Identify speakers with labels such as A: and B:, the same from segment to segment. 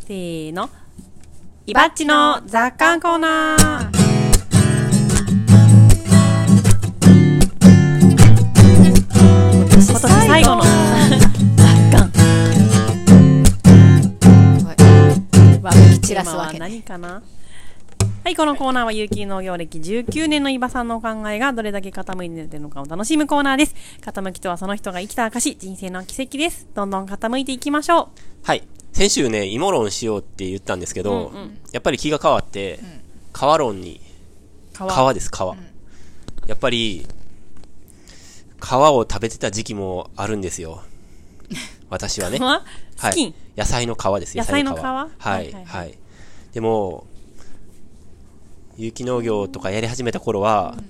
A: せーの。イバッチの雑感コーナー。今年最後の。
B: わぶき散
A: テ
B: ら
A: ー
B: す
A: マは
B: わけね
A: 何かなはい、このコーナーは有機農業歴19年の伊庭さんのお考えがどれだけ傾いているのかを楽しむコーナーです。傾きとはその人が生きた証、人生の奇跡です。どんどん傾いていきましょ
C: はい。先週ね、芋論しようって言ったんですけど、
A: うんうん
C: やっぱり気が変わって、川論に、
A: う。
C: 川です、川。やっぱり、川を食べてた時期もあるんで すよ。私はね。
A: 川
C: は
A: スキン
C: い。野菜の皮です。
A: 野菜の皮
C: は
A: はい
C: い。
A: はい
C: はい。でも、有機農業とかやり始めた頃は、や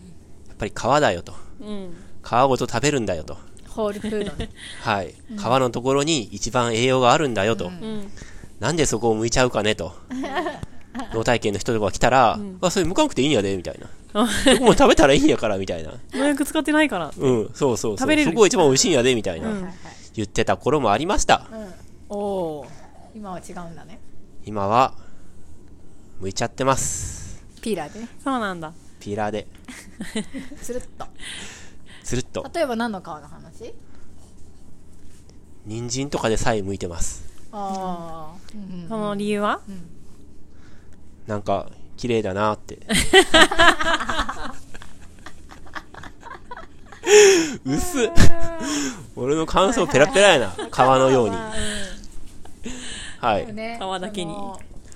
C: っぱり皮だよと。
A: うん。
C: 皮ごと食べるんだよと。
B: ホールフードね
C: はい。皮のところに一番栄養があるんだよと。
A: うん。
C: なんでそこを向いちゃうかねと。農体験の人とかが来たら、あ、それ向かなくていいんやで、みたいな。僕も食べたらいいんやから、みた いな。
A: 農薬使ってないから。
C: うん、そうそうそ
A: 食べれ
C: う。
A: る
C: そこが一番美味しいんやで、みたいな。
B: はいはい
C: 言ってた頃もありました。
B: おお今は違うんだね
C: 今は、向いちゃってます。
B: ピーラーでね
A: そうなんだ。
C: ピーラーで、
B: つるっと
C: つるっと。
B: 例えば何の皮の話
C: 人参とかでさえ向いてます。
B: ああ
A: その理由は
C: なんか、綺麗だなって。薄っ俺の感想ペラペラやな。皮のように。はい。
A: 皮だけに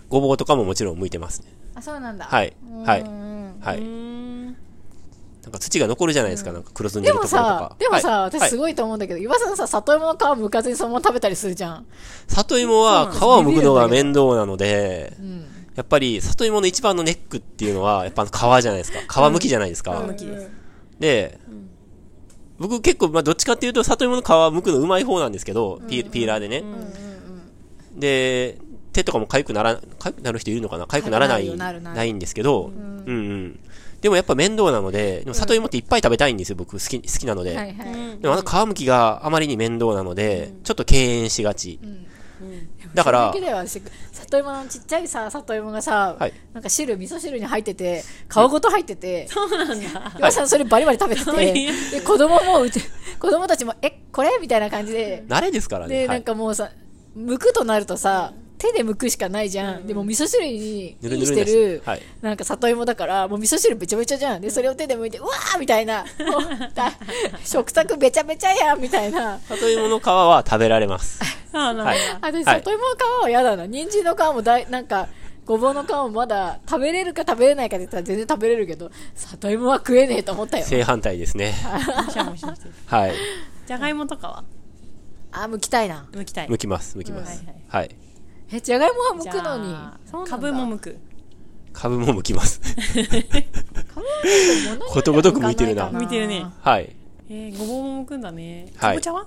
C: ごぼうとかももちろん向いてますね。
B: あそうなんだ
C: はいはいう
B: ーん
C: は
A: う
C: い。
A: ーん。
C: なんか土が残るじゃないですか、なんか黒ずんで
B: で
C: るとこ
B: も
C: ろとか
B: さ。でもさ
C: はい、
B: 私すごいと思うんだけど岩さんさ里芋の皮むかずにそのまま食べたりするじゃん
C: 里芋は皮を剥くのが面倒なので、
B: ん
C: やっぱり里芋の一番のネックっていうのは、やっぱ皮じゃないですか。皮むきじゃないですか。
A: 向きです。
C: で、僕結構、まあ、どっちかっていうと、里芋の皮剥くのうまい方なんですけど、ピーピーラーでね。で、手とかも痒くなら、痒くなる人いるのかな痒くならない、
B: 痒くなるよなるなる
C: ないんですけど、うんうん。でもやっぱ面倒なので、でも里芋っていっぱい食べたいんですよ、僕、好き、好きなので。
B: はいはい
C: でもあの皮むきがあまりに面倒なので、ちょっと敬遠しがち。だから
B: それ、だけでは私里芋のちっちゃいさ里芋がさ、
C: はい
B: なんか汁味噌汁に入ってて皮ごと入って て、
A: そうなんだ。
B: 岩井さんそれバリバリ食べてて、
A: はい
B: で子供もうち子供たちもえこれみたいな感じで
C: 慣れですから
B: で、
C: ね。はい
B: なんかもうさ剥くとなるとさ手で剥くしかないじゃん、でも味噌汁に
C: ぬる
B: イン
C: ぬる
B: し
C: にな
B: て
C: る
B: る、
C: はい
B: なんか里芋だからもう味噌汁べちゃべちゃじゃんでそれを手で剥いてうわーみたいなもうだ 食卓べちゃべちゃやんみたいな
C: 里芋の皮は食べられます。
A: そうなんだ。
C: はい。
B: あで
C: はい
B: 里芋の皮は嫌だな人参の皮もだいなんかごぼうの皮もまだ食べれるか食べれないかで言ったら全然食べれるけど里芋は食えねえと思ったよ
C: 正反対ですね。
A: むしゃむしゃしてる。
C: はい。
A: じゃがいもとかは
B: あ剥きたいな
A: 剥きたい。
C: 剥きます、剥きま
A: う
C: す
A: んはい。
C: はい。
B: えじゃがいもは剥
A: じゃ
B: くのに
A: あ
B: そうなんだ
A: 株も剥く。
C: 株も剥きます。
B: 物によっては
C: ことごとく剥いてるな
B: か
A: 剥いてるね
C: はい。
A: えー、ごぼうも剥くんだね。
C: はい
A: かぼちゃは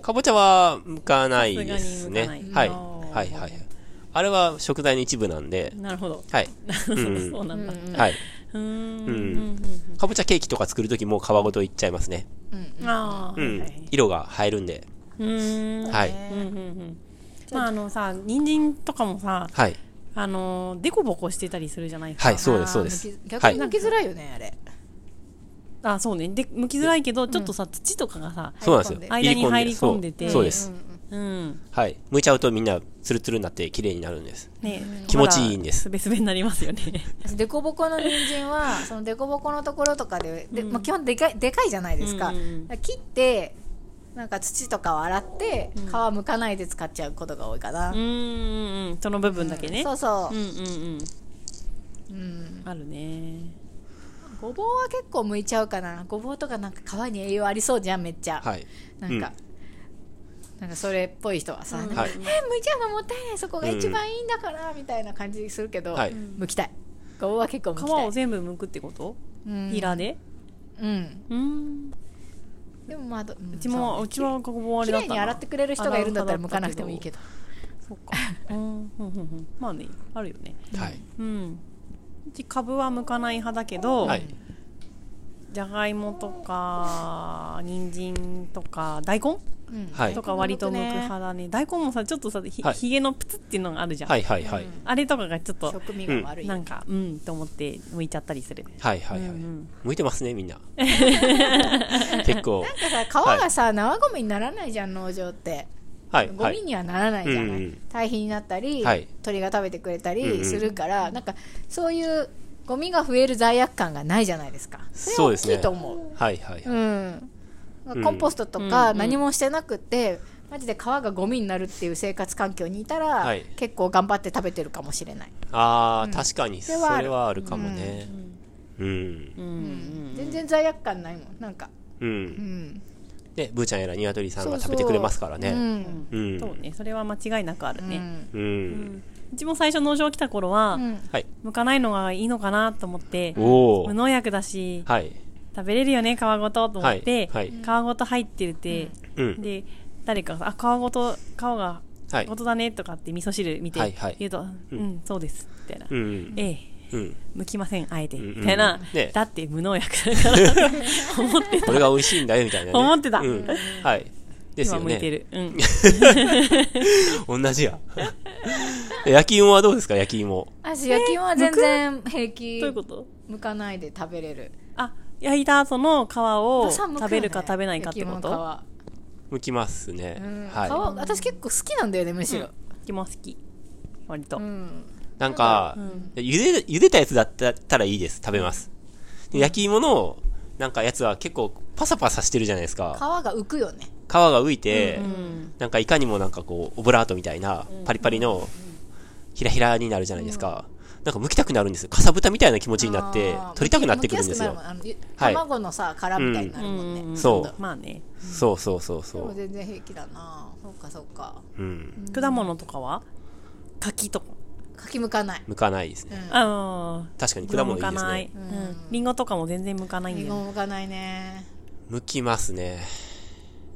C: かぼちゃは向かないですね。
A: さ
C: は
A: すが
C: い
A: に。向かな
C: はいいはいはい。あれは食材の一部なんで、
A: なるほど。
C: はい。
A: そう
C: う ん
A: そうなんだ。
C: はい。
A: うーん。
C: う
A: うんん
C: かぼちゃケーキとか作るときも皮ごといっちゃいますね。
A: うん。ああ。
C: う
A: はいは
C: ん
A: い。
C: 色が入るんで。
A: うーん。
C: はい。
A: うんうんうん。まああのさ、人参とかもさ、
C: はい。
A: あの、でこぼこしてたりするじゃないですか。
C: はい、そうです、そうです
B: あー剥き。
C: は
B: 逆
C: い
B: に。剥きづらいよねあれ
A: あ、そうね。で、剥きづらいけど、ちょっとさ、土とかがさ、
C: そうなんですよ。
A: 間に入り込んでて
C: そうそうです。
A: うん。
C: はい。剥いちゃうとみんなツルツルになって綺麗になるんです。
A: ね、
C: 気持ちいいんです
A: まだすべすべになりますよ ね。
B: でこぼこの人参はそのでこぼこのところとかでで、まあ、基本でかいでかいじゃないですか,、
A: うんうんうん
B: 切ってなんか土とかを洗って皮むかないで使っちゃうことが多いかな、
A: うーん、その部分だけね。
B: そうそう
A: ん
B: う、
A: うん
B: うん、
A: うん。あるね。
B: ごぼうは結構むいちゃうかなごぼうとかなんか皮に栄養ありそうじゃんめっちゃ、
C: はい。
B: なんか、なんかそれっぽい人はさ、なんか
C: はい
B: えむいちゃうのもったいないそこが一番いいんだから、みたいな感じするけど、
C: はい
B: むきたいごぼうは結構む
A: 皮
B: きたい
A: を全部剥くってこと
B: うん
A: ピーラーで
B: うん
A: うん。
B: でもまあどう
A: うちも、うちはここあれ
B: 綺
A: だった
B: 麗
A: な。
B: に洗ってくれる人がいるんだったら向かなくてもいいけど
A: そうか。 うん、うん、うんうん。まあね、あるよね。
C: はい。
A: うん。うち株は剥かない派だけど、
C: はい。
A: じゃがいもとか、人参とか、大根
B: うん
C: はい
A: とか割と剥く派だね大根もさちょっとさひ,、
C: はい
A: げのプツっていうのがあるじゃん、
C: はいはいはい。
A: あれとかがちょっと
B: 食味が悪い、
A: なんかうんと思って剥いちゃったりする
C: はいはいはい
A: うんうん。
C: 向いてます ね、みんな。結構。
B: なんかさ皮がさ、生ゴミにならないじゃん農場って
C: はい
B: ゴ
C: は
B: ミ
C: い。
B: にはならないじゃない、
C: うんうん
B: 堆肥になったり、
C: はい
B: 鳥が食べてくれた
C: うんう
B: り
C: ん
B: するから、なんかそういうゴミが増える罪悪感がないじゃないですか
C: そうですね
B: れは大きいと思う
C: はいはい。
B: うん
C: ん
B: コンポストと
A: う
B: か
A: んうん
B: 何もしてなくて、マジで皮がゴミになるっていう生活環境にいたら、
C: はい
B: 結構頑張って食べてるかもしれない、
C: ああ、確かに、
B: そ
C: そ
B: れはある
C: れはあるかもね。う
A: う
C: ん。
A: んうん
B: 全然罪悪感ないもんなんか
C: う。
B: うんん
C: で、ブーちゃんやらニワトリさん
B: そう
C: が
B: そう
C: 食べてくれますから
B: う
C: ね。
B: ん
C: う。
A: そうんねそれは間違いなくある
B: う
A: ね、
B: ん
C: う。
A: うんうちも最初農場来た頃は、
B: うん
C: はい。
A: 剥かないのがいいのかなと思って
C: お
A: 無
C: ー。
A: 農薬だし、
C: はい。
A: 食べれるよね皮ごとと思って、
C: はいはい
A: 皮ごと入ってて、
C: うん。
A: で誰かがあ皮ごと皮が
C: はい
A: ご。とだねとかって味噌汁見て
C: はいはい
A: 言うと、うん、そうですみたいな、
C: うん。
A: ええ
C: うん。
A: 剥きませんあえて
C: んうん
A: みたいな、
C: ね
A: だって無農薬だから 思って
C: これが美味しいんだよ、みたいなね。
A: 思ってた
C: うん。はい。です
A: 今
C: よ
A: 向いて
C: ね。
A: る、うん、
C: 同じや。 焼き芋はどうですか、焼き芋。
B: 私焼き芋は全然平気
A: どういうこと
B: 剥かないで食べれる
A: あ焼いた後の皮を
B: 朝剥くよね
A: 食べるか食べないかってこ
B: 焼き芋
A: と
B: の
C: 剥きますね
B: 皮,、うん。皮
C: は
B: 私結構好きなんだよねむしろ、
A: 気も好き割と、
B: うん
C: い。なんか、茹で、茹でたやつだったらいいです。食べます。で焼き芋の、なんかやつは結構パサパサしてるじゃないです
B: 皮
C: か。
B: が浮くよね
C: 皮が浮いて、
A: うん
C: なんかいかにもなんかこう、オブラートみたいな、パリパリの、ひらひらになるじゃないですか。なんか剥きたくなるんですよ。かさぶたみたいな気持ちになって
B: あー、
C: 取りたくなってくるんです
B: 剥
C: よ
B: き。やすくなるもんあのゆ
C: はい
B: 卵のさ殻みたいになるもんね、
A: うん
C: そう
A: まあね
C: そうそうそうそ
B: でも
C: う。
B: 全然平気だなそうかそうか
C: うん。
A: 果物とかは柿とか
B: かきむかない
C: 剥かないですね。
B: う
A: ああ
C: 確かに果物いいです
A: 剥かない
C: ね。
B: うん
A: りんごとかも全然剥かない
B: ん
A: んだ
B: りん
A: よ
B: ご
A: ね
B: もむかないね
C: 剥きますね。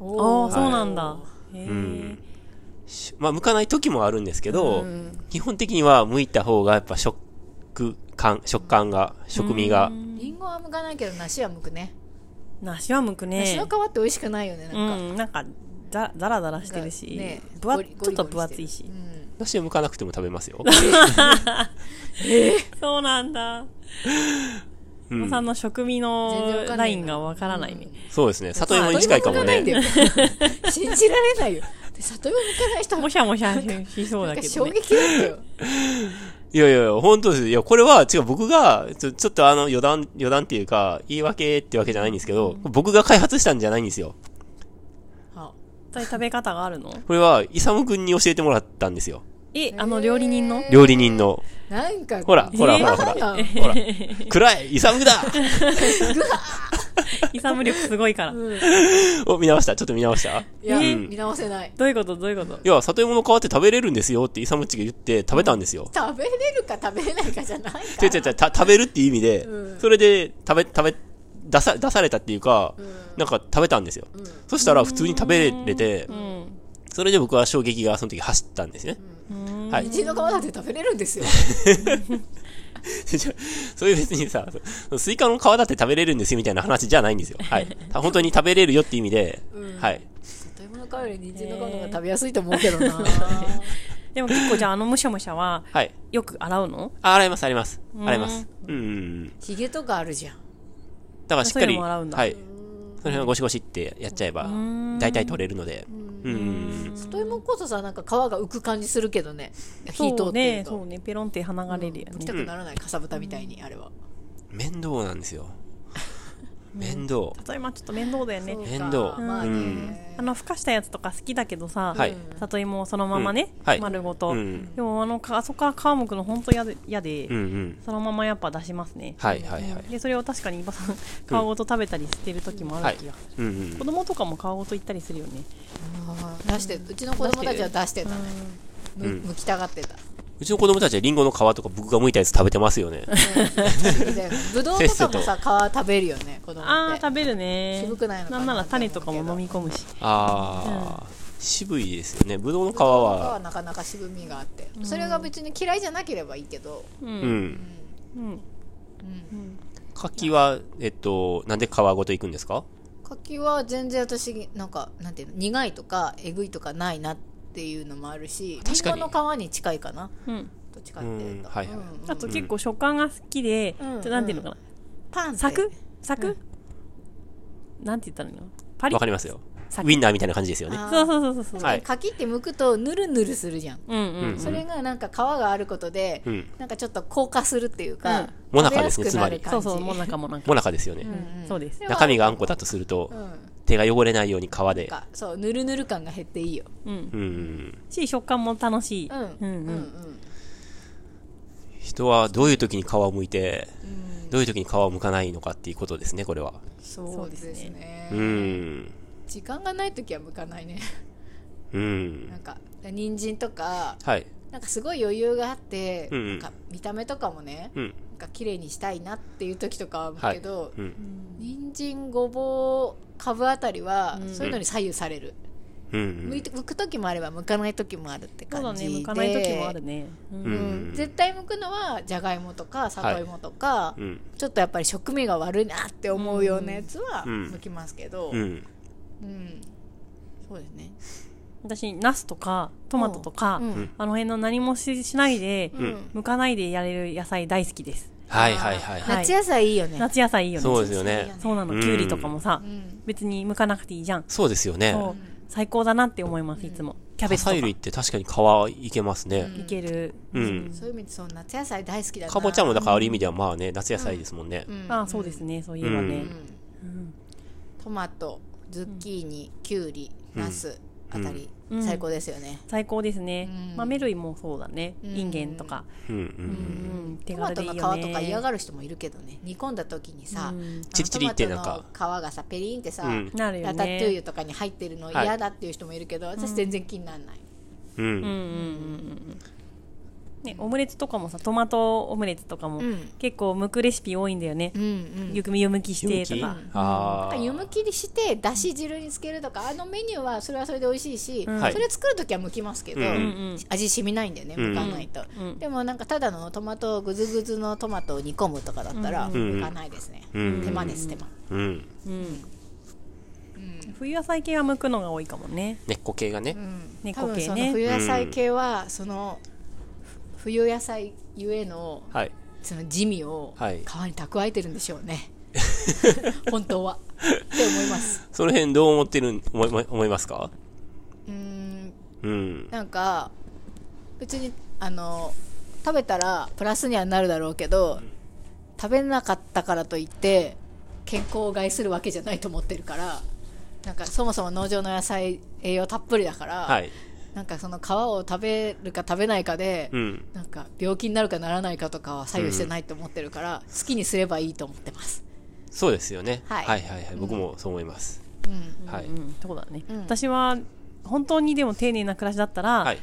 A: あ
B: お
A: あ
B: ー
A: そうなんだへえ
C: んしまあ、向かない時もあるんですけど、
B: うん
C: 基本的には向いた方がやっぱ食感、食感が、食味が、
B: りんごはむかないけど梨はむくね
A: 梨は剥くね
B: 梨の皮って美味しくないよねなん
A: う
B: か、
A: んなんかザザラザラしてるし
B: ね
A: ぶわ
B: ゴ
A: ち
B: リ
A: ょっと分厚い
B: ゴ
A: し
B: リゴリてる
C: 私は向かなくても食べますよ。
A: そうなんだお子さんの食味
B: 全然
A: の
B: わかん
A: ラ
B: ないな
A: インがわからないね
C: そうですね。里芋に近いかもね。
B: うん里芋剥かないんだよ信じられないよで里芋むかない人は
A: もしゃもしゃしそうだ
B: なんか
A: け
B: 衝
A: どね
B: 撃だったよ
C: いやいやいや、本当です。いや、これは、違う、僕が、ちょ、ちょっとあの、余談、余談っていうか、言い訳ってわけじゃないんですけど、僕が開発したんじゃないんですよ。
B: あ
A: そういう食べ方があるの
C: これは、イサム君に教えてもらったんですよ。
A: えあの料理人の
C: 料理人の。
B: なんか
C: ほら、ほら、
A: えー
C: ほら、ほ
B: なんか
C: ら。ほら。暗いイサムだ
A: イサム力すごいから
C: お、見直した。ちょっと見直した
B: いや、
A: え
B: 見直せない
A: どういうことどういうこと
C: いや、里芋の皮って食べれるんですよってイサムっちが言って食べたんですよ。
B: 食べれるか食べれないかじゃないか
C: 違う違う違う、た食べるっていう意味で、
B: うん
C: それで食べ、食べ、出さ、出されたっていうか、なんか食べたんですよ。そしたら普通に食べれて、
A: うん
C: それで僕は衝撃がその時走ったんですね。はい。
B: うちの皮だって食べれるんですよ
C: そういう別にさ、そスイカの皮だって食べれるんですよみたいな話じゃないんですよ。はい。た本当に食べれるよっていう意味で、はい。
B: 里芋の皮より人参の皮の方が食べやすいと思うけど な
A: でも結構じゃああのむしゃむしゃは
C: はい。
A: よく洗うの
C: あ、洗います、洗います。洗います。うんうんうん。
B: ひげとかあるじゃん
C: だからしっか
A: そうい
C: り、
A: うのも洗うんだ
C: はい。その辺はゴシゴシってやっちゃえば、大体取れるので。うん。
B: 里芋こそさなんか皮が浮く感じするけどね火通
A: そ
B: っ
A: う
B: てる
A: ね
B: と
A: そうねペロンって鼻が出るよ
B: 行き
A: ね
B: たくならないかさぶたみたいにあれは
C: 面倒なんですよ。面倒。
A: 例えばちょっと面倒だよね
B: そうか
C: 面倒
B: まあね
A: あのふかしたやつとか好きだけどさ、
C: はい
A: 里芋をそのままね、
C: うんはい
A: 丸ごと、
C: うん
A: でもあのかあそこは皮むくの本当嫌で嫌で、
C: うんうん。
A: そのままやっぱ出しますね、
C: はいはいはい。
A: でそれを確かに伊庭さん皮ごと食べたりしてる時もあ
C: はい
A: る気がする、
C: うんうん
A: 子。供とかも皮ごと行ったりするよね
B: あー出してうちの子供たちは出してたねむ
C: うん
B: むきたがってた
C: うちの子供たちはリンゴの皮とか僕が剥いたやつ食べてますよね。
B: ぶどうとかもさ皮食べるよね子供
A: ああ
B: って
A: 食べるね
B: 渋くないのかなん
A: なら種とかも飲み込むし
C: ああ、渋いですよね。ぶどうの皮
B: ぶどうの
C: は、
B: 皮なかなか渋みがあってそれが別に嫌いじゃなければいいけど
A: う
C: うんん。
A: うん
B: うん
C: 柿は、えっと、なんで皮ごといくんですか
B: 皮柿は全然私なんかなんていうの苦いとかえぐいとかないなっていうのもあるし
C: 確かに
B: りんごの皮に近いかな
A: うん。
B: どっちかっていうと、
C: うんはいは
B: う
C: い
B: んうん
A: あと結構食感が好きで、ち
B: う
A: ょ
B: ん
A: っとなんていうのかな。
B: パンって
A: サクサクなんて言ったらいいのパリ
C: わかりますよ。ウ
A: サク
C: ィンナーみたいな感じですよね。
B: あー
A: そうそうそうそうそう。
C: はい
B: 柿って剥くとぬるぬるするじゃん、
A: うんうんうん。
B: それがなんか皮があることで、
C: うん
B: なんかちょっと硬化するっていうか、
A: うん
C: もなかですね
B: 食べやくなる
A: そ
B: 感
A: う
B: じ
A: そう、もなかもなか。
C: もなかですよね。
A: うんそうです。
C: 中身があんこだとすると
B: う、ん、
C: 手が汚れないように皮で。
B: かそうぬるぬる感が減っていいよ
A: うん。
C: うん。
A: し、食感も楽しい。
B: うん
A: うん
B: うんう
A: うん。
B: ん
C: 人はどういう時に皮を剥いて、どういう時に皮を剥かないのかっていうことですね、これは。
B: そうですね
C: うん。
B: 時間がない時は剥かないね
C: う
B: なん
C: ん。
B: か人参とか
C: はい。
B: なんかすごい余裕があって、
C: うんうん
B: なんか見た目とかもね、
C: うん。
B: なんか綺麗にしたいなっていう時とかは
C: は
B: 剥く
C: い。
B: けど、
C: うん。
B: 人参ごぼうかぶあたりは、
A: うん
B: そういうのに左右される、
C: うん
B: 剥いて剥く時もあれば剥かない時もあるって
A: そうだ
B: 感じ
A: ね、
B: で
A: 向かない時もあるね。う。
C: うん
B: うん
C: ん。
B: 絶対剥くのはじゃがいもとか里芋とか、
C: うん。
B: ちょっとやっぱり食味が悪いなって思うようなやつは
C: うん
B: 剥きますけど、
C: う
B: うん
C: ん。
B: そうですね
A: 私、ナスとか、トマトとか、
B: うん
A: あの辺の何もししないで、
C: ん
A: 剥かないでやれる野菜大好きです。
C: はいはいはいはい。
B: 夏野菜いいよね、
A: 夏野菜いいよね。
C: そうですよね。
A: そうなの、
C: うん
A: きゅうりとかもさ
B: う、ん
A: 別に剥かなくていいじゃん。
C: そうですよね。
A: そう、最高だなって思います、いつも。キャベ
C: 野
A: ツとか。
C: 菜類っ
A: い
C: て確かに皮いけますね。
A: ける。
C: うん。
B: そういう意味でそう夏野菜大好きだな
C: かぼちゃもだからある意味ではまあね、夏野菜ですもんね。
B: うん
A: ああ、そうですね、そういえばね。
B: トマトズッキーニ、きゅうりナスあたり、
A: うん
B: 最高ですよね、
A: 最高ですね
B: う。ん
A: 豆類もそうだね。
B: うん
A: インゲンとか。
C: うんう。
A: うんん、手
B: トマ
A: 軽
B: ト
A: でい
B: の
A: いよ
B: 皮とか嫌
A: ね。
B: がる人もいるけどね煮込んだ時にさ、
A: うん
B: あの
C: チリチリってなんか
B: トマトの皮がさペリンってさ、
C: うん
A: なるよ
B: ラタトゥーユ
A: ね。
B: とかに入ってるの
C: はい
B: 嫌だっていう人もいるけど、私全然気にならない、
C: うん。
A: うんうんうんうん。ね、オムレツとかもさ、トマトオムレツとかも
B: うん
A: 結構剥くレシピ多いんだよね
B: う。んうん
A: ゆくみ湯むきし
C: 湯む
A: て
C: き
A: とか。
C: ああ。
B: 湯むきにしてだし汁につけるとかあのメニューはそれはそれで美味しいし、
A: うん
C: はい
B: それを作る時は剥きますけど、
C: うんうん
A: うん
B: 味染みないんだよね
C: うん
B: 剥かないと、
A: うん
B: でもなんかただのトマトグズグズのトマトを煮込むとかだったら
A: うん
B: 剥かないですね、
C: うん
B: 手間です手間、
C: うん。
A: うん。
B: うん
A: 冬野菜系は剥くのが多いかもね。
C: 根っこ系がね。
B: うん、
A: 猫
B: 多
A: 系ね
B: 分その冬野菜系はそのふ冬野菜ゆえの
C: はい。
B: その地味を皮
C: はい
B: に蓄えてるんでしょう ね本当はって思います
C: その辺どう思ってるん、思い思い思いますか
B: うーん
C: うん。
B: なんか別にあの食べたらプラスにはなるだろうけど食べなかったからといって健康を害するわけじゃないと思ってるからなんかそもそも農場の野菜栄養たっぷりだから、
C: はい。
B: なんかその皮を食べるか食べないかで、
C: うん。
B: なんか病気になるかならないかとかは左右してないと思ってるから、好きにすればいいと思ってます。
C: そうですよね。は
B: はいい
C: はいはい。僕もそう思います。
B: うん、
C: はい。
A: うん、そうだね、
B: うん
A: 私は本当にでも丁寧な暮らしだったら、
C: はい。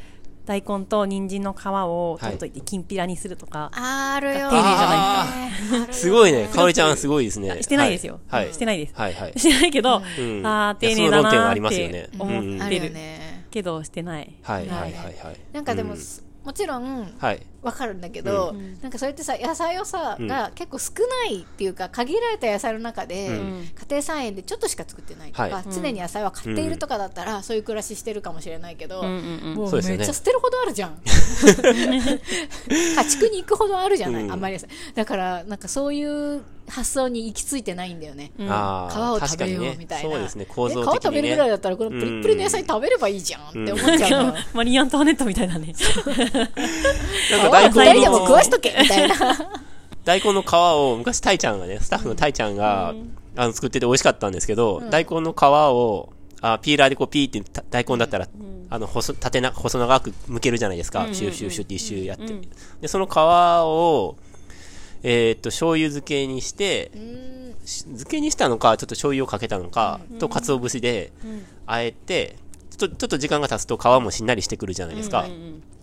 A: 大根と人参の皮を取っといてきんぴらにするとか、
B: あるよ
A: 丁寧じゃない
C: すごいね。かおりちゃんすごいですね。
A: してないですよ、
C: はい。
A: してないです、
C: はいはい。
A: してないけど、
C: ん
A: ああ丁寧だ
C: いやその論点は
A: な
C: あり
A: ーっ
C: ますよ
A: て
C: ね
A: 思って
C: うん
A: る、
B: あるよね。
A: けどしてない、
C: はいはいはいはい。
B: なんかでも、
C: う
B: もちろん
C: はい。
B: わかるんだけど、なんかそれってさ野菜をさ、
C: うん
B: が結構少ないっていうか限られた野菜の中で、
C: うん
B: 家庭菜園でちょっとしか作ってないとか、
C: はい
B: 常に野菜は買っているとかだったら、そういう暮らししてるかもしれないけど、
A: うんうんうん
B: もう
C: そ
B: め
C: うですよね
B: っちゃ捨てるほどあるじ ゃん。家畜に行くほどあるじゃない、
C: うん
B: あんまり野菜だからなんかそういう発想に行き着いてないんだよね、
A: うん
C: あ
B: 皮
C: あ、
B: を
C: 確
B: 食
C: か
B: べ
C: に
B: よ
C: ね
B: うみたいな、
C: そうですね、構造
B: え
C: 的に、
B: 皮
C: ね。
B: 食べるぐらいだったらこのプリップリの野菜食べればいいじゃんって思っちゃうの、
A: マリアントワネットみたいだね
C: なん
B: 皮
C: か
B: は
C: 大
B: 二人
C: 根
B: でも
C: の
B: 食わしとけみたいな
C: 大根の皮を、昔タイちゃんがね、スタッフのタイちゃんが、あの、作ってて美味しかったんですけど、大根の皮を、あピーラーでこうピーってた大根だったら、あの、細、縦な、細長く剥けるじゃないですか。シューシューシューって一周やって。で、その皮を、えーっと、醤油漬けにして、し漬けにしたのか、ちょっと醤油をかけたのか、と、鰹節で、あえて、ちょっと、ちょっと時間が経つと皮もしんなりしてくるじゃないですか。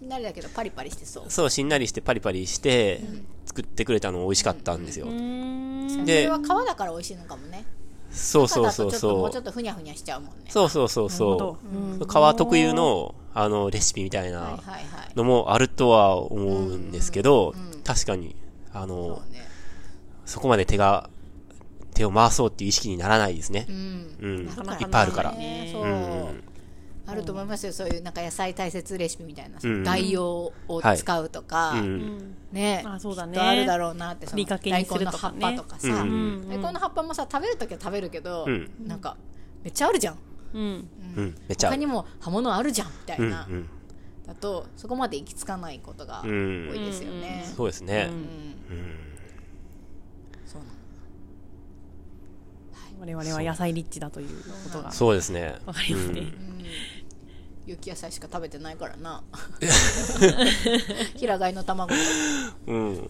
B: なるだけどパリパリしてそう
C: そう、しんなりしてパリパリして、作ってくれたの美味しかったんですよ。
B: そ
C: で
B: れは皮だから美味しいのかもね
C: そう
B: 皮
C: そう
B: だと
C: そう
B: ちょっともうちょ
C: そ
B: っ
C: う。
B: とふにゃふにゃしちゃうもんね
C: そうそうそうそ
A: なるほ
C: う。皮特有の、あの、レシピみたい
B: はい
C: な
B: はいはい
C: のもあるとは思うんですけど、確かに、あの
B: そう、ね
C: そこまで手が、手手を回そうっていう意識にならないですね
B: う。ん
C: うん。いっ
B: な
C: ぱ
B: か
C: い
B: なかね
C: あるから。。
A: ね
B: そううんあると思いますよそういうなんか野菜大切レシピみたいなさ、
C: うん
B: 代用を使うとか、
C: うん。う
A: うんん
B: ね
A: あそうだね
B: きっとあるだろうなってそ
A: ふり
B: の
A: かけに
B: 大
A: する
B: 根の
A: と
B: 葉
A: か
B: っ
A: ね
B: ぱとかさ、
C: うん
A: うん
B: 大根の葉っぱもさ食べるときは食べるけど、
C: うん
B: なんかめっちゃあるじゃん
A: うん
C: うん。めっちゃあ
B: 他
C: る
B: に。も葉物あるじゃんみたい
C: うん。う
B: な、
C: ん。
B: だとそこまで行き着かないことが
C: う
B: 多い
C: ん。
B: ですよね、
C: そうですね
A: う。
B: うん
A: ん
C: うん。
B: そうなの
A: 我々は野菜リッチだということが
C: そうですね。
A: わかりますね、
B: うん有機野菜しか食べてないから な平飼いの卵と
C: うん。うん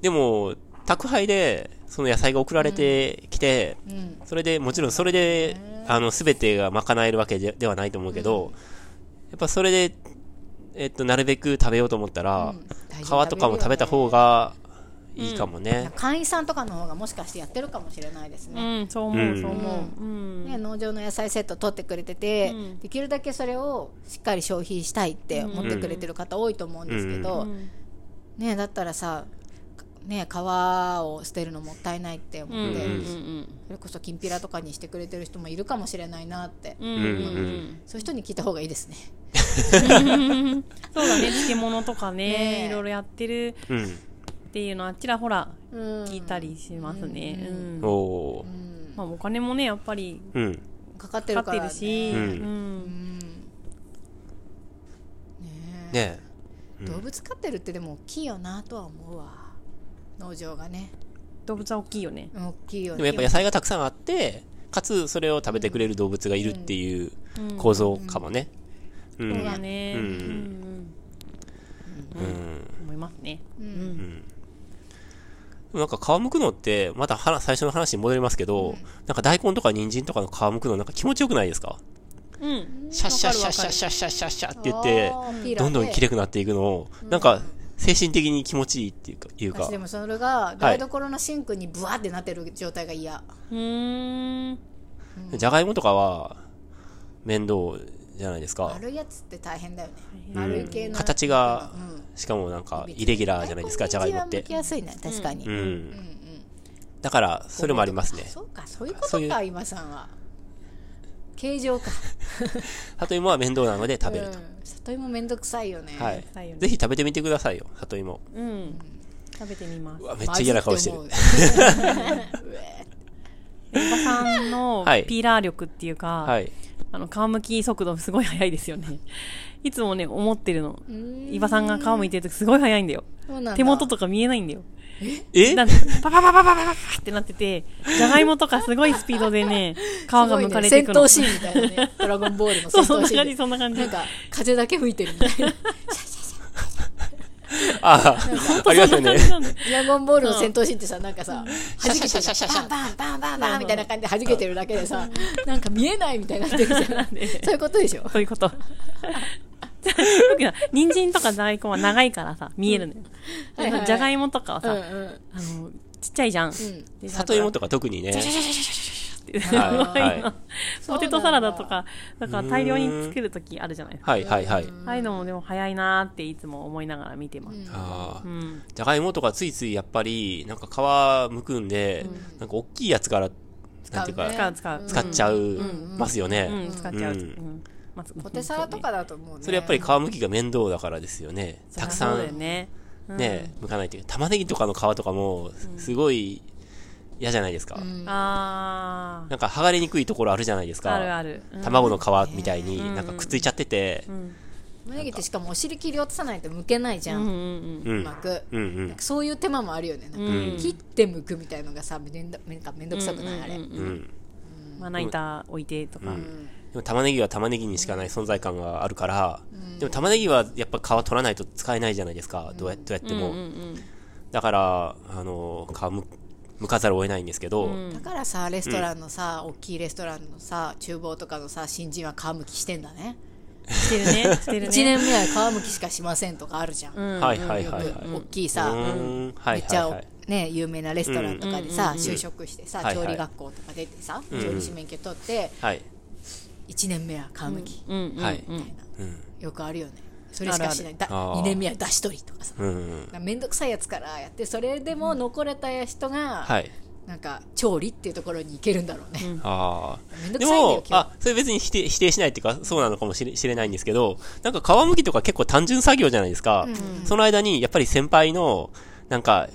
C: でも、宅配で、その野菜が送られてきて、
B: うん
C: それで、もちろんそれで、あの、すべてが賄えるわけでではないと思うけど、やっぱそれで、えっと、なるべく食べようと思ったら、
B: 大
C: 皮
B: 事に
C: とかも食べた方がいいかもね。
B: 会員さんとかの方がもしかしてやってるかもしれないですね,、
A: うん、そう思
C: う
A: う、
C: ん
A: そう思う。うん。
B: ね農場の野菜セット取ってくれてて、
A: うん
B: できるだけそれをしっかり消費したいって思ってくれてる方多いと思うんですけど、
A: うん
B: ねだったらさね皮を捨てるのもったいないっ
A: う
B: て
A: ん
B: 思って、
C: うん
B: それこそきんぴらとかにしてくれてる人もいるかもしれないなって、
A: うんうんうんうん
B: そういう人に聞いた方がいいですね
A: そうだね、漬物とかね、
B: ねえ
A: いろいろやってる
C: うん。
A: っていうのはあちらほら聞
B: 聞
A: いたりしますね。う
B: うん
A: ん。
C: おー。
A: まあお金もね、やっぱり
C: うん。
B: かかって
A: か
B: る
A: か
B: か
A: って
B: ら、ね、
A: るし、う
C: う
A: ん。
C: ん
B: うんねえ
C: ねうん
B: 動物飼ってるってでも大きいよなとは思うわ農場がね
A: 動物は大きいよね。
B: うん大きいよ
C: え
B: ね
C: でもやっぱ野菜がたくさんあって、かつそれを食べてくれる動物がいるっていう
A: うん
C: 構造かもね。うん。
A: そうだね。う
C: うん
A: う
C: ん
A: ん。
C: う
A: うん
C: ん。
A: 思いますね。
B: う
A: うんん。
C: でもなんか皮むくのって、また話最初の話に戻りますけど、なんか大根とか人参とかの皮むくのなんか気持ちよくないですか
A: うん。
C: シャッシャッシャッシャッシャッシャッシャッシャッって言っ
B: あー
C: て、
B: ピーラーで
C: どんどんきれくなっていくのを、なんか精神的に気持ちいいっていうか、いうか
B: 私で。もそれが台所のシンクにブワーってなってる状態が嫌
A: うーん。
C: じゃがいもとかは、面倒じゃないですか。
B: 丸いやつって大変だよね
C: うん
B: 丸い系の
C: 形が
B: うん、
C: しかもなんか、イレギュラーじゃないですか、じゃがいもっ
B: 大根一番剥
C: て
B: き。やすいね確かに、
C: う
B: うん
C: ん。
B: うん
C: だから、それもありますね
B: あ。そうかそういうこ
C: そう
B: と
C: いう
B: か今さんは形状か
C: 里芋は面倒なので食べると
B: う。ん里芋めんどくさいよね
C: はい
A: だよね。
C: ぜひ食べてみてくださいよ、里芋。
A: うん。食べてみます
C: う。わ、めっちゃ嫌な顔してる
B: まず。って思ううえ
A: おばさんの
C: はい
A: ピーラー力っていうか、
C: はい。
A: あの、皮むき速度すごい速いですよ ね。いつもね、思ってるの。
B: ーん
A: 伊庭さんが皮むいてるときすごい速いんだよ。
B: そうなんだ
A: 手元とか見えないんだよ。
C: え
A: なんで、パパパパパパパってなってて、じゃがいもとかすごいスピードで ね、皮が剥かれていくの。
B: すごいね戦闘シーンみたいなね。ドラゴンボール の
A: そ
B: 戦
A: う、そん
B: 闘
A: な感
B: シーン
A: じ、
B: で。
A: そんな感じ。
B: なんか、風だけ吹いてるみたいな。
C: ああ、ありますよね。
A: なんで
B: ドラゴンボールの戦闘シーンってさ、なんかさ、弾けて
C: シャシャシャシャ
B: る
C: シ
B: バ
C: ャ
B: ンバンバンバンバンみたいな感じで弾けてるだけでさ、なんか見えないみたいになってるじゃん。そういうことでしょ
A: そういうこと。じゃあ人参とかじゃがいもは長いからさ、見えるのよ。
B: うんはいはい
A: じゃがいもとかは
B: うん
A: さ、
B: うん。
A: あの、ちっちゃいじゃん。で
C: 里芋とか特にね。
A: ってすごい
C: はい
A: の
C: はい
A: ポテトサラダとか、だから
C: うん
A: 大量に作るときあるじゃないですか。
C: はいはいはい。
A: ああいうのもでも早いなーっていつも思いながら見てます。
C: あ
A: う
C: あ
A: ん。
C: じゃがいもとかついついやっぱり、なんか皮むくんで、なんか大きいやつから、なんていう
B: 使うね
A: 使
C: か、
A: う使う。
C: 使っちゃう、ますよ
A: うん。う
C: ね
A: ん、。使っちゃう。う
C: うん
A: ん。まあ
B: ポテサラとかだと思うね。
C: それやっぱり皮むきが面倒だからですよね。たくさ
A: そうだよ
C: ん、ね、
A: ね。うん。
C: 剥かないというか、玉ねぎとかの皮とかも、すごい嫌じゃないですか。
A: あ
C: なんか剥がれにくいところあるじゃないです
A: ー。
C: か。
A: あるある。うん
C: 卵の皮みたいになんかくっついちゃってて、
B: 玉ねぎってしかもお尻切り落とさないと剥けないじゃ。
A: うんん
B: う
A: うん
C: うん。
B: まく。
C: うんう
B: なん
C: ん
B: か。そういう手間もあるよね。なんか
C: うん
B: 切って剥くみたいのがさ、めんどなんかめんどくさくないあれ。
A: うん。
C: うん。
A: まな板置いてとか。
C: うんでも玉ねぎは玉ねぎにしかない存在感があるから、でも玉ねぎはやっぱ皮取らないと使えないじゃないですか。どうやどうやっても。だから、あの、皮む、むかざるを得ないんですけど、
B: だからさレストランのさ、大きいレストランのさ厨房とかのさ新人は皮むきしてんだね
A: してるね。してる
B: 1
A: ね。
B: 年目は皮むきしかしませんとかあるじゃん、
C: はいはい
B: よ
C: はいはい。
B: く大きいさ、
C: うーんはい
B: めっちゃ、
C: はいはい。
B: ね、有名なレストランとかでさ、就職してさ、
C: はいはい
B: 調理学校とか出てさ、
C: ん
B: 調理師免許取って
C: はい。
B: 1年目は皮むき
A: うんうん。
C: はい。
B: みたいな、
C: うん。
B: よくあるよねそれしかしないだ
C: あるある
B: 2年目は出し取りとかさ
C: うん。
B: 面倒くさいやつからやってそれでも残れた人が、
C: はい。
B: なんか調理っていうところに行けるんだろうね、
C: ああ。
B: めんどく
C: で
B: さいんだよ今
C: も、
B: 日
C: あ、それ別に否定否定しないっていうか、そうなのかもしれしれないんですけど、なんか皮むきとか結構単純作業じゃないですか。
B: うん
C: その間に、やっぱり先輩の、なんか、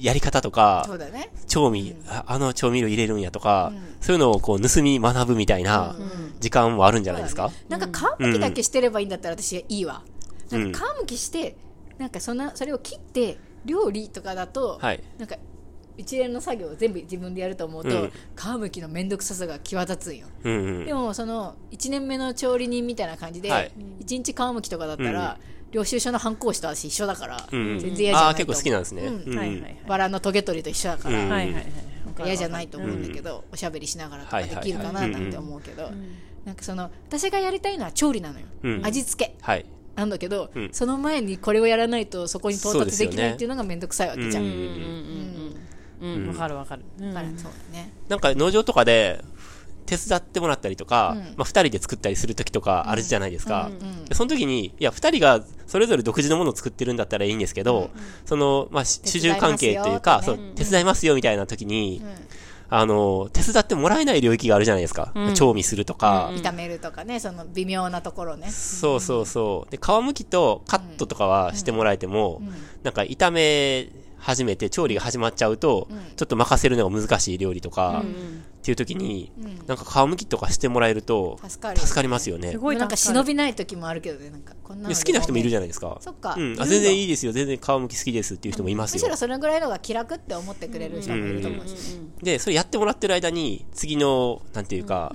C: やり方とか、
B: そうだね
C: 調味、ああの調味料入れるんやとか、
B: うん
C: そういうのをこう盗み学ぶみたいな時間もあるんじゃないですか、
B: なんか皮むきだけしてればいいんだったら私はいいわ、なんか皮むきしてなんかそんなそれを切って料理とかだと、
C: はい
B: なんか一連の作業を全部自分でやると思うと、
C: うん
B: 皮むきの面倒くささが際立つんよ
C: うんうん
B: でもその1年目の調理人みたいな感じで、
C: はい
B: 一1日皮むきとかだったら、領収書の反抗紙と私一緒だから、
C: うん
B: 全然嫌じゃないと思う
C: ああ、結構好きなんですね。
B: うん
C: うん
A: はいはいはい。
B: バラのトゲ取りと一緒だから、
C: うん
A: はいはいはい。
B: 嫌じゃないと思うんだけど、おしゃべりしながらとかできるかな
C: はいはい
B: な
C: はい
B: んて思うけど、なんかその私がやりたいのは調理なのよ、
C: うん
B: 味付け
C: はい。
B: なんだけど、
C: うん
B: その前にこれをやらないとそこに到
C: そうで
B: 達
C: す
B: で
C: よ
B: き
C: ね
B: ないっていうのが面倒くさいわけじゃん、
C: うん
A: うんうんうん。うん、わかるわかる。うん
B: だからそうだね、
C: なんか農場とかで手伝ってもらったりとか、
B: うん
C: まあ二人で作ったりする時とかあるじゃないですか。
B: うんうん
C: でその時に、いや、二人がそれぞれ独自のものを作ってるんだったらいいんですけど、その、まあ、し主従関係というか、
B: 手
C: そ
B: 伝いま
C: う
B: すよと、
C: 手伝いますよみたいな時に、
B: うん
C: あの、手伝ってもらえない領域があるじゃないですか。
A: うん
C: 調味するとか、
B: 炒めるとかねその微妙なところね、
C: そうそうそう。で、皮むきとカットとかはしてもらえても、なんか炒め始めて調理が始まっちゃうと、ちょっと任せるのが難しい料理とか、っていう時に、なんか皮むきとかしてもらえると、
B: 助かるよね
C: ますよね。
A: す
C: で
A: ごい
B: なんか忍
A: び。
B: びない時もあるけどねなんかこんな
C: 好
B: の
C: きな人もいるじ
B: ゃん
C: ゃないですか。
B: そっか
C: う
B: いる
C: ん。あ、
B: んだ
C: 全然いいですよ。全然皮むき好きですっていう人もいます
B: むしろ
C: よ。
B: それぐらいのが気楽って思ってくれる人もいると思うし、
C: で、それやってもらってる間に、次の、なんていうか、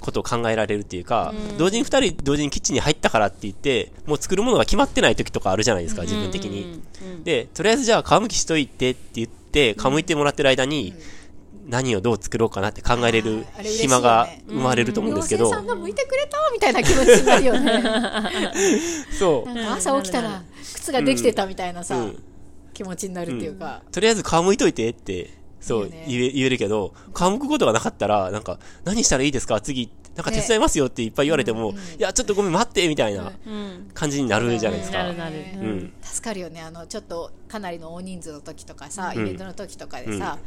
C: ことを考えられるっていうか、同時に二人同時にキッチンに入ったからって言って、もう作るものが決まってない時とかあるじゃないですか、自分的に。で、とりあえずじゃあ皮むきしといてって言って、皮むいてもらってる間に、何をどう作ろうかなって考えれる
B: あーあれ嬉しいよね
C: 暇が生まれると思うんですけ
B: 妖
C: ど
B: 精、さんが向いてくれたみたいな気持ちになるよ ねな
C: そ
B: んか朝起きたら靴ができてたみたいなさ、
C: うん
B: 気持ちになるっていうか、
C: う。とりあえず皮むいといてって、
B: いうい
C: そ
B: よね
C: 言え言えるけど、皮むくことがなかったら、なんか、何したらいいですか次、なんか手伝いますよっていっぱい言われても、いや、ちょっとごめん待って、みたいな
A: うん。
C: 感じになるじゃないです
A: な
C: か
A: る。なる。
C: う
A: うん
C: ん。
B: 助かるよねあのちょっとかなりの大人数の時とかさ、
C: ん
B: イベントの時とかでさ、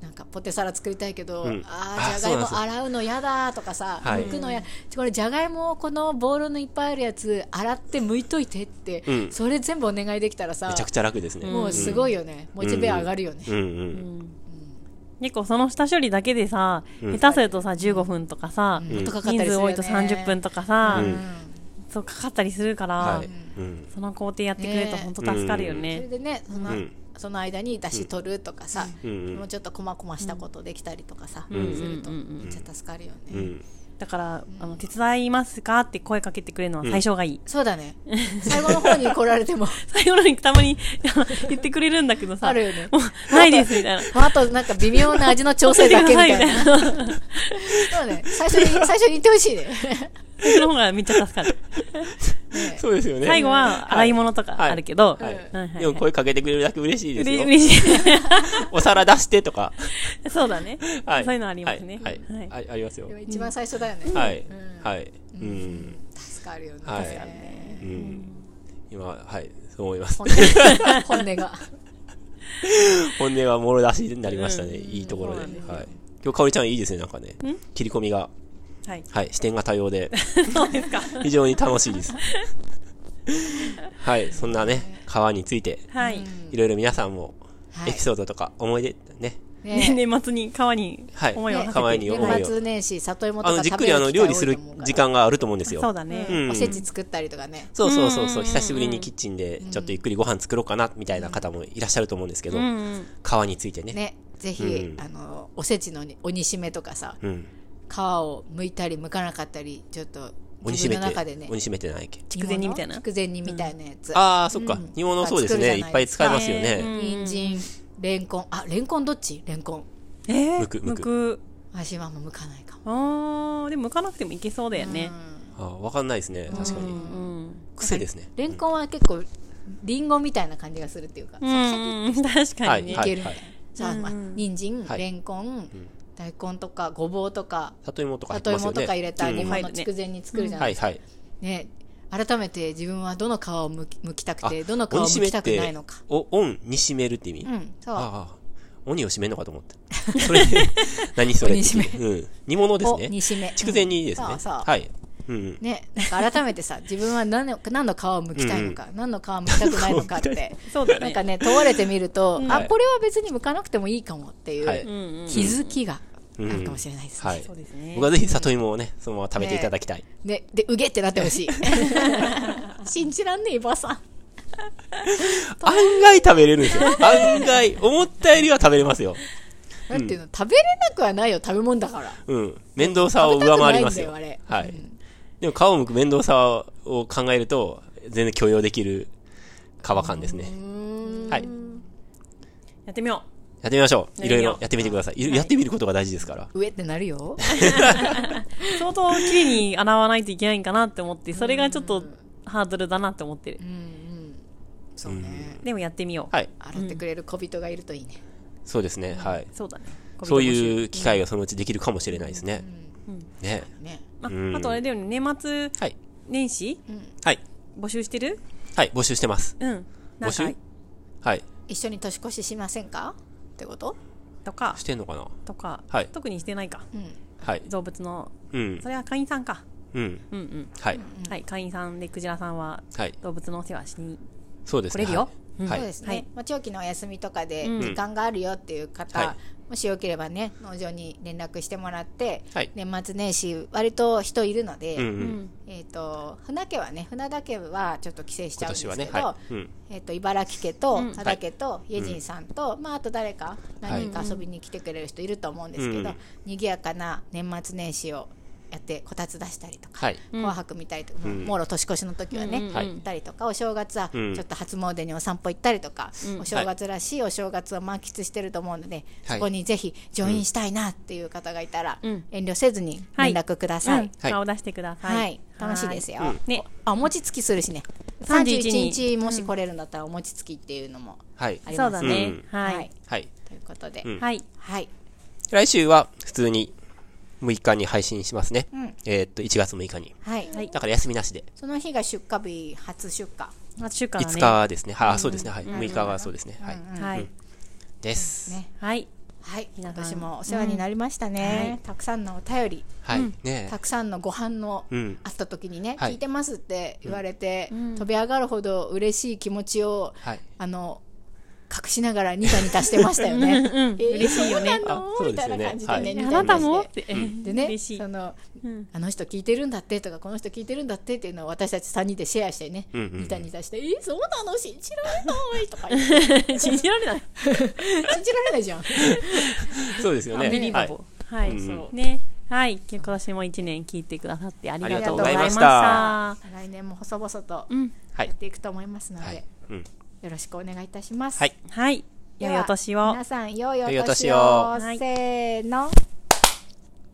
B: なんかポテサラ作りたいけど、
C: うん
B: あ
C: あ
B: あじゃがい
C: そう
B: も
C: なんで
B: 洗うのやだとかさ、
C: はい
B: 剥くのやこれじゃがいもこのボールのいっぱいあるやつ洗って剥いといてって、
C: うん
B: それ全部お願いできたらさ
C: めちゃくちゃ楽ですね。
B: もうすごいよね、モチベ上がるよね、
C: うんうん。
A: 結構その下処理だけでさ、下手するとさ、15分とかさ、
B: ん
A: 人数多いと30分とかさ、
C: うん
A: そうかかったりするから、
C: はい。うん。
A: その工程やってくれると
B: ね
A: 本当助かるよ
B: それ
A: ね。
B: でねその,、
C: うん
B: その間に出汁取るとかさ、
C: うん
B: もうちょっとこまこましたことできたりとかさ、
A: ん
B: すると
A: うんうん
B: めっちゃ助かるよね、
C: うん。
A: だから、あの、手伝いますかって声かけてくれるのは最初がいい。
B: そうだね最後の方に来られても
A: 最後のにたまに言ってくれるんだけどさ、
B: あるよね
A: もう、ないですみたいな。
B: あとなんか微妙な味の調整だけみたいな。
A: 教 えてくださいみ
B: そうね。最初に、最初に言ってほしいね。
A: たいなその方がめっちゃ助かる。
C: そうですよね。
A: 最後は洗い物とかあるけど、
C: はい
A: はいはい
C: でも声かけてくれるだけ嬉しいうです
A: れ
C: よ。
A: 嬉し
C: お皿出してとか。
A: い。そうだね。
C: はい。
A: そういうのありますね。
C: はい。はい
A: はい
C: あありますよ
B: で。も一番最初だよね。
C: はい
B: うん。
C: はい。うん。
B: 助かるよね。
C: はい
B: 助かるね
C: うん。今、はい。そう思います
B: 本。音本音が。
C: 本音はもろ出しになりましたね。いいところで。
A: そう
C: は
A: なん
C: い。今日、かおりちゃんいいですね、なんかね。切り込みが。
A: はい。
C: はい。視点が多様で、
A: そうですか。
C: 非常に楽しいです。はい。そんなね、川について、
A: はい。
C: いろいろ皆さんも、
B: はい
C: エピソードとか、思い出、ね。
A: ね
B: ね
A: 年末に川に
C: はい
A: 思いをはせて、
C: 川に思いを
B: 年末年始、里芋と
C: あ
B: か
C: の、じっ
B: 食
C: く
B: べ
C: り、あ
B: る
C: の、
B: 機
C: 料
B: 会
C: 理
B: 多
C: す
B: い
C: る
B: と思うから
C: 時間があると思うんですよ。
A: そうだね。
C: うん
B: おせち作ったりとかね。
C: そうそうそうそう、久しぶりにキッチンでちょっとゆっくりご飯作ろうかなみたいな方もいらっしゃると思うんですけど、
A: うんうん
C: 皮についてね。
B: ね。ぜひ
C: う、ん
B: あの、おせちのに鬼しめとかさ、
C: うん。
B: 皮を剥いたり剥かなかったり、ちょっと、
C: 鬼
B: 自
C: しめ
B: 分の中で
C: て、
B: ね。
C: 鬼しめてないっけ。
A: 筑前煮みたいな
B: 筑前煮みたいなやつ。
C: ああ、そっか。煮物そうですね。
B: 作るじ
C: い
B: ゃない
C: っぱい使いますよね。
B: 人参、レンコン。あ、レンコンどっちレンコン。
A: えー、
C: むくむく
A: く
B: 私はもう向かないかも。
A: あーでも剥かなくてもいけそうだよね。
C: ああ、わかんないですね。確か
A: う
C: に。
A: ん。
C: 癖ですね。
B: レンコンは結構、リンゴみたいな感じがするっていうか、
A: うん、確かにね。
C: はい
B: いけるみたいな。じゃあ、まあ、人参、
C: はい
B: レンコン、大根とか、ごぼうとか、
C: 里芋とか入って
B: 里
C: ますよ
B: 芋
C: ね。
B: とか入れた
C: うん
B: 日
C: は
B: 本
A: 入
B: の
A: るね
B: 筑前に作るじゃない
C: い
B: ですか。
C: はい。
B: ね。改めて自分はどの皮をむき剥きたくて、どの皮を
C: 鬼
B: 剥
C: し
B: き
C: め
B: た
C: っ
B: くない
C: て
B: のか。、
C: お、オンにしめるって意味。
B: うん、そう。
C: ああ。鬼を締めんのかと思った。 そ れで、何それ
B: 鬼
C: ってうん。煮物ですね。
B: お煮しめ
C: 筑前煮ですね。
B: うんそうそう
C: はい。うんうん。
B: ね、なんか改めて さ自分は何の何の皮を剥きたいのか、何の皮を剥きたくないのかっ
C: 何の皮を剥きた い
B: て
A: そうだね
B: なんかね問われてみると、
A: うん
C: は
B: あ
C: い
B: これは別に剥かなくてもいいかもっていう、
C: は
A: う
C: い
A: んうん。
B: 気づきがあ
C: うん
B: るかもしれないですね、
C: はい
A: そうですね
C: 僕はぜひ里芋をね、そのまま食べていただきたい。
B: ででうげってなってほしい信じらんねえばさん
C: 案外食べれるんですよ。案外、思ったよりは食べれますよ。
B: なんていうの、食べれなくはないよ食べ物だから
C: うん。面倒さを上回りますよ。
B: 食べたくないんだよあ
C: はい。でも皮を剥く面倒さを考えると、全然許容できる皮感ですね。はい。
A: やってみよ
C: やってみましょ
A: や
C: う。
A: ってみよう
C: いろいろやってみてください。いろやってみることが大事ですから。
B: うえってなるよ
A: う。相当綺麗に洗わないといけないんかなって思って、それがちょっとハードルだなって思ってる
B: う。んうんそうね、
A: でもやってみよう。
C: はい。
B: 洗ってくれる小人がいるといいね、
C: そうですね。はい。
A: そうだね。
C: そう
A: う。
C: いう機会がそのうちできるかもしれないですね。ね。
B: ね
A: あ
C: うん
A: あとあれだよね、年末
C: はい。
A: 年始
C: はい。
A: 募集してる
C: はい。募集してます。
A: うん。なん
C: 募
A: か
C: 集はい。
B: 一緒に年越ししませんかってこと
A: とか
C: し、てんのかな
A: とか
C: はい、
A: 特にしてないか。
B: うん
C: はい。
A: 動物の、
C: うん
A: そ。れは会員さんか。
C: うん。
A: うんうん。
C: はい。
A: はい、会員さんでクジラさんは
C: はい。
A: 動物のお世話しに。
C: そうですね。
A: 来れるよ
C: はいは
B: そう
C: い
B: で。す
A: はい
B: ね、まあ、長期のお休みとかで
A: うん
B: 時間があるよっていう方、
C: はい
B: もしよければね農場に連絡してもらって、
C: はい
B: 年末年始割と人いるので、
C: うん
A: う
C: う。
A: んん。
B: えー、と船家はね船田家はちょっと帰省しちゃ
C: 今
B: うんです
C: 年は
B: け
C: ね。
B: ど、
C: はい。うん。
B: えー、と茨城家と
A: うん
B: 佐田家と家人さんと、まあ、あと誰か何人か遊びに来てくれる人いると思うんですけど、
C: うん
B: 賑やかな年末年始をやってこたつ出したりとか。
C: はい。
A: うん
B: 紅白見たりとか、
C: うん
B: もろ年越しの時はね、
A: うん
C: はい
B: 行ったりとかお正月はち
C: うん
B: ょっと初詣にお散歩行ったりとか、
A: うん
B: お正月らしいお正月を満喫してると思うので、
C: はい
B: そこにぜひジョインしたいなっていう方がいたら、
A: うん
B: 遠慮せずに
A: はい
B: 連絡ください。はい
A: うん顔出してください。
B: 楽しいですよ。
C: はい
A: ね。
B: あお餅つきするしね
A: 31
B: 31
A: 日
B: 日もし来れるんだったらお餅つきっていうのも
C: はい。
B: あり
A: そ
B: ま
A: う
B: す
A: だ
B: ね。
A: ね
C: う。ん
A: は
B: はい
A: い。
C: はい。
B: ということで、
C: ん
A: はい。
B: はい
C: 来週は普通に6日に配信しますね。
B: うん
C: えーっと、1月6日に。
B: はい、
A: はい
C: だから休みなしで。
B: その日が出荷日初出荷、
A: まあ、週間
C: 5
A: だね。
C: 日ですね。はいあ、そうですね。はい。6日はそうですね。はい。
A: はい
C: うん。です。
B: ね
A: はい。
B: はい、
A: な
B: 今
A: さん
B: 年もお世話になりましたね、たくさんのお便り
C: はい。ね
B: たくさんのご飯の
C: うん
B: あった時にね、
C: はい
B: 聞いてますって言われて、飛び上がるほど嬉しい気持ちを、
C: はい
B: あの隠しながらニタニタしてましたよね嬉しいよね
C: あそう
B: み
C: で
B: た
C: す
B: い
C: よね
B: な感じでね、
C: はい
B: ニタ
A: あ
B: ニタ
A: な
B: して
A: たもって。
B: でね
A: 嬉しい
B: そ。のあの人聞いてるんだってとかこの人聞いてるんだってっていうのを私たち3人でシェアしてね、
C: うんうんうん
B: ニタニタして「えそうなの信じられない」とか言って
A: 信じられない。
B: 信じられないじゃん。
C: そうですよね。
A: ビリ
C: は
A: バ
C: い
A: ボ。は
C: う
A: い。
C: ん
A: そう。ね。はい。今年も一年聞いてくださってありがとうございまし
C: あ
A: た。
B: 来年も細々と
A: うん。
C: はい
B: やっていくと思いますので、
C: はい。うん。
B: よろしくお願いいたします。
C: はい。
A: はい。
B: で
A: 良
B: はい
A: お年を
B: 皆。さん、良いお
C: 良いお
B: 年
C: 年を
B: を。
A: はい
B: せーの。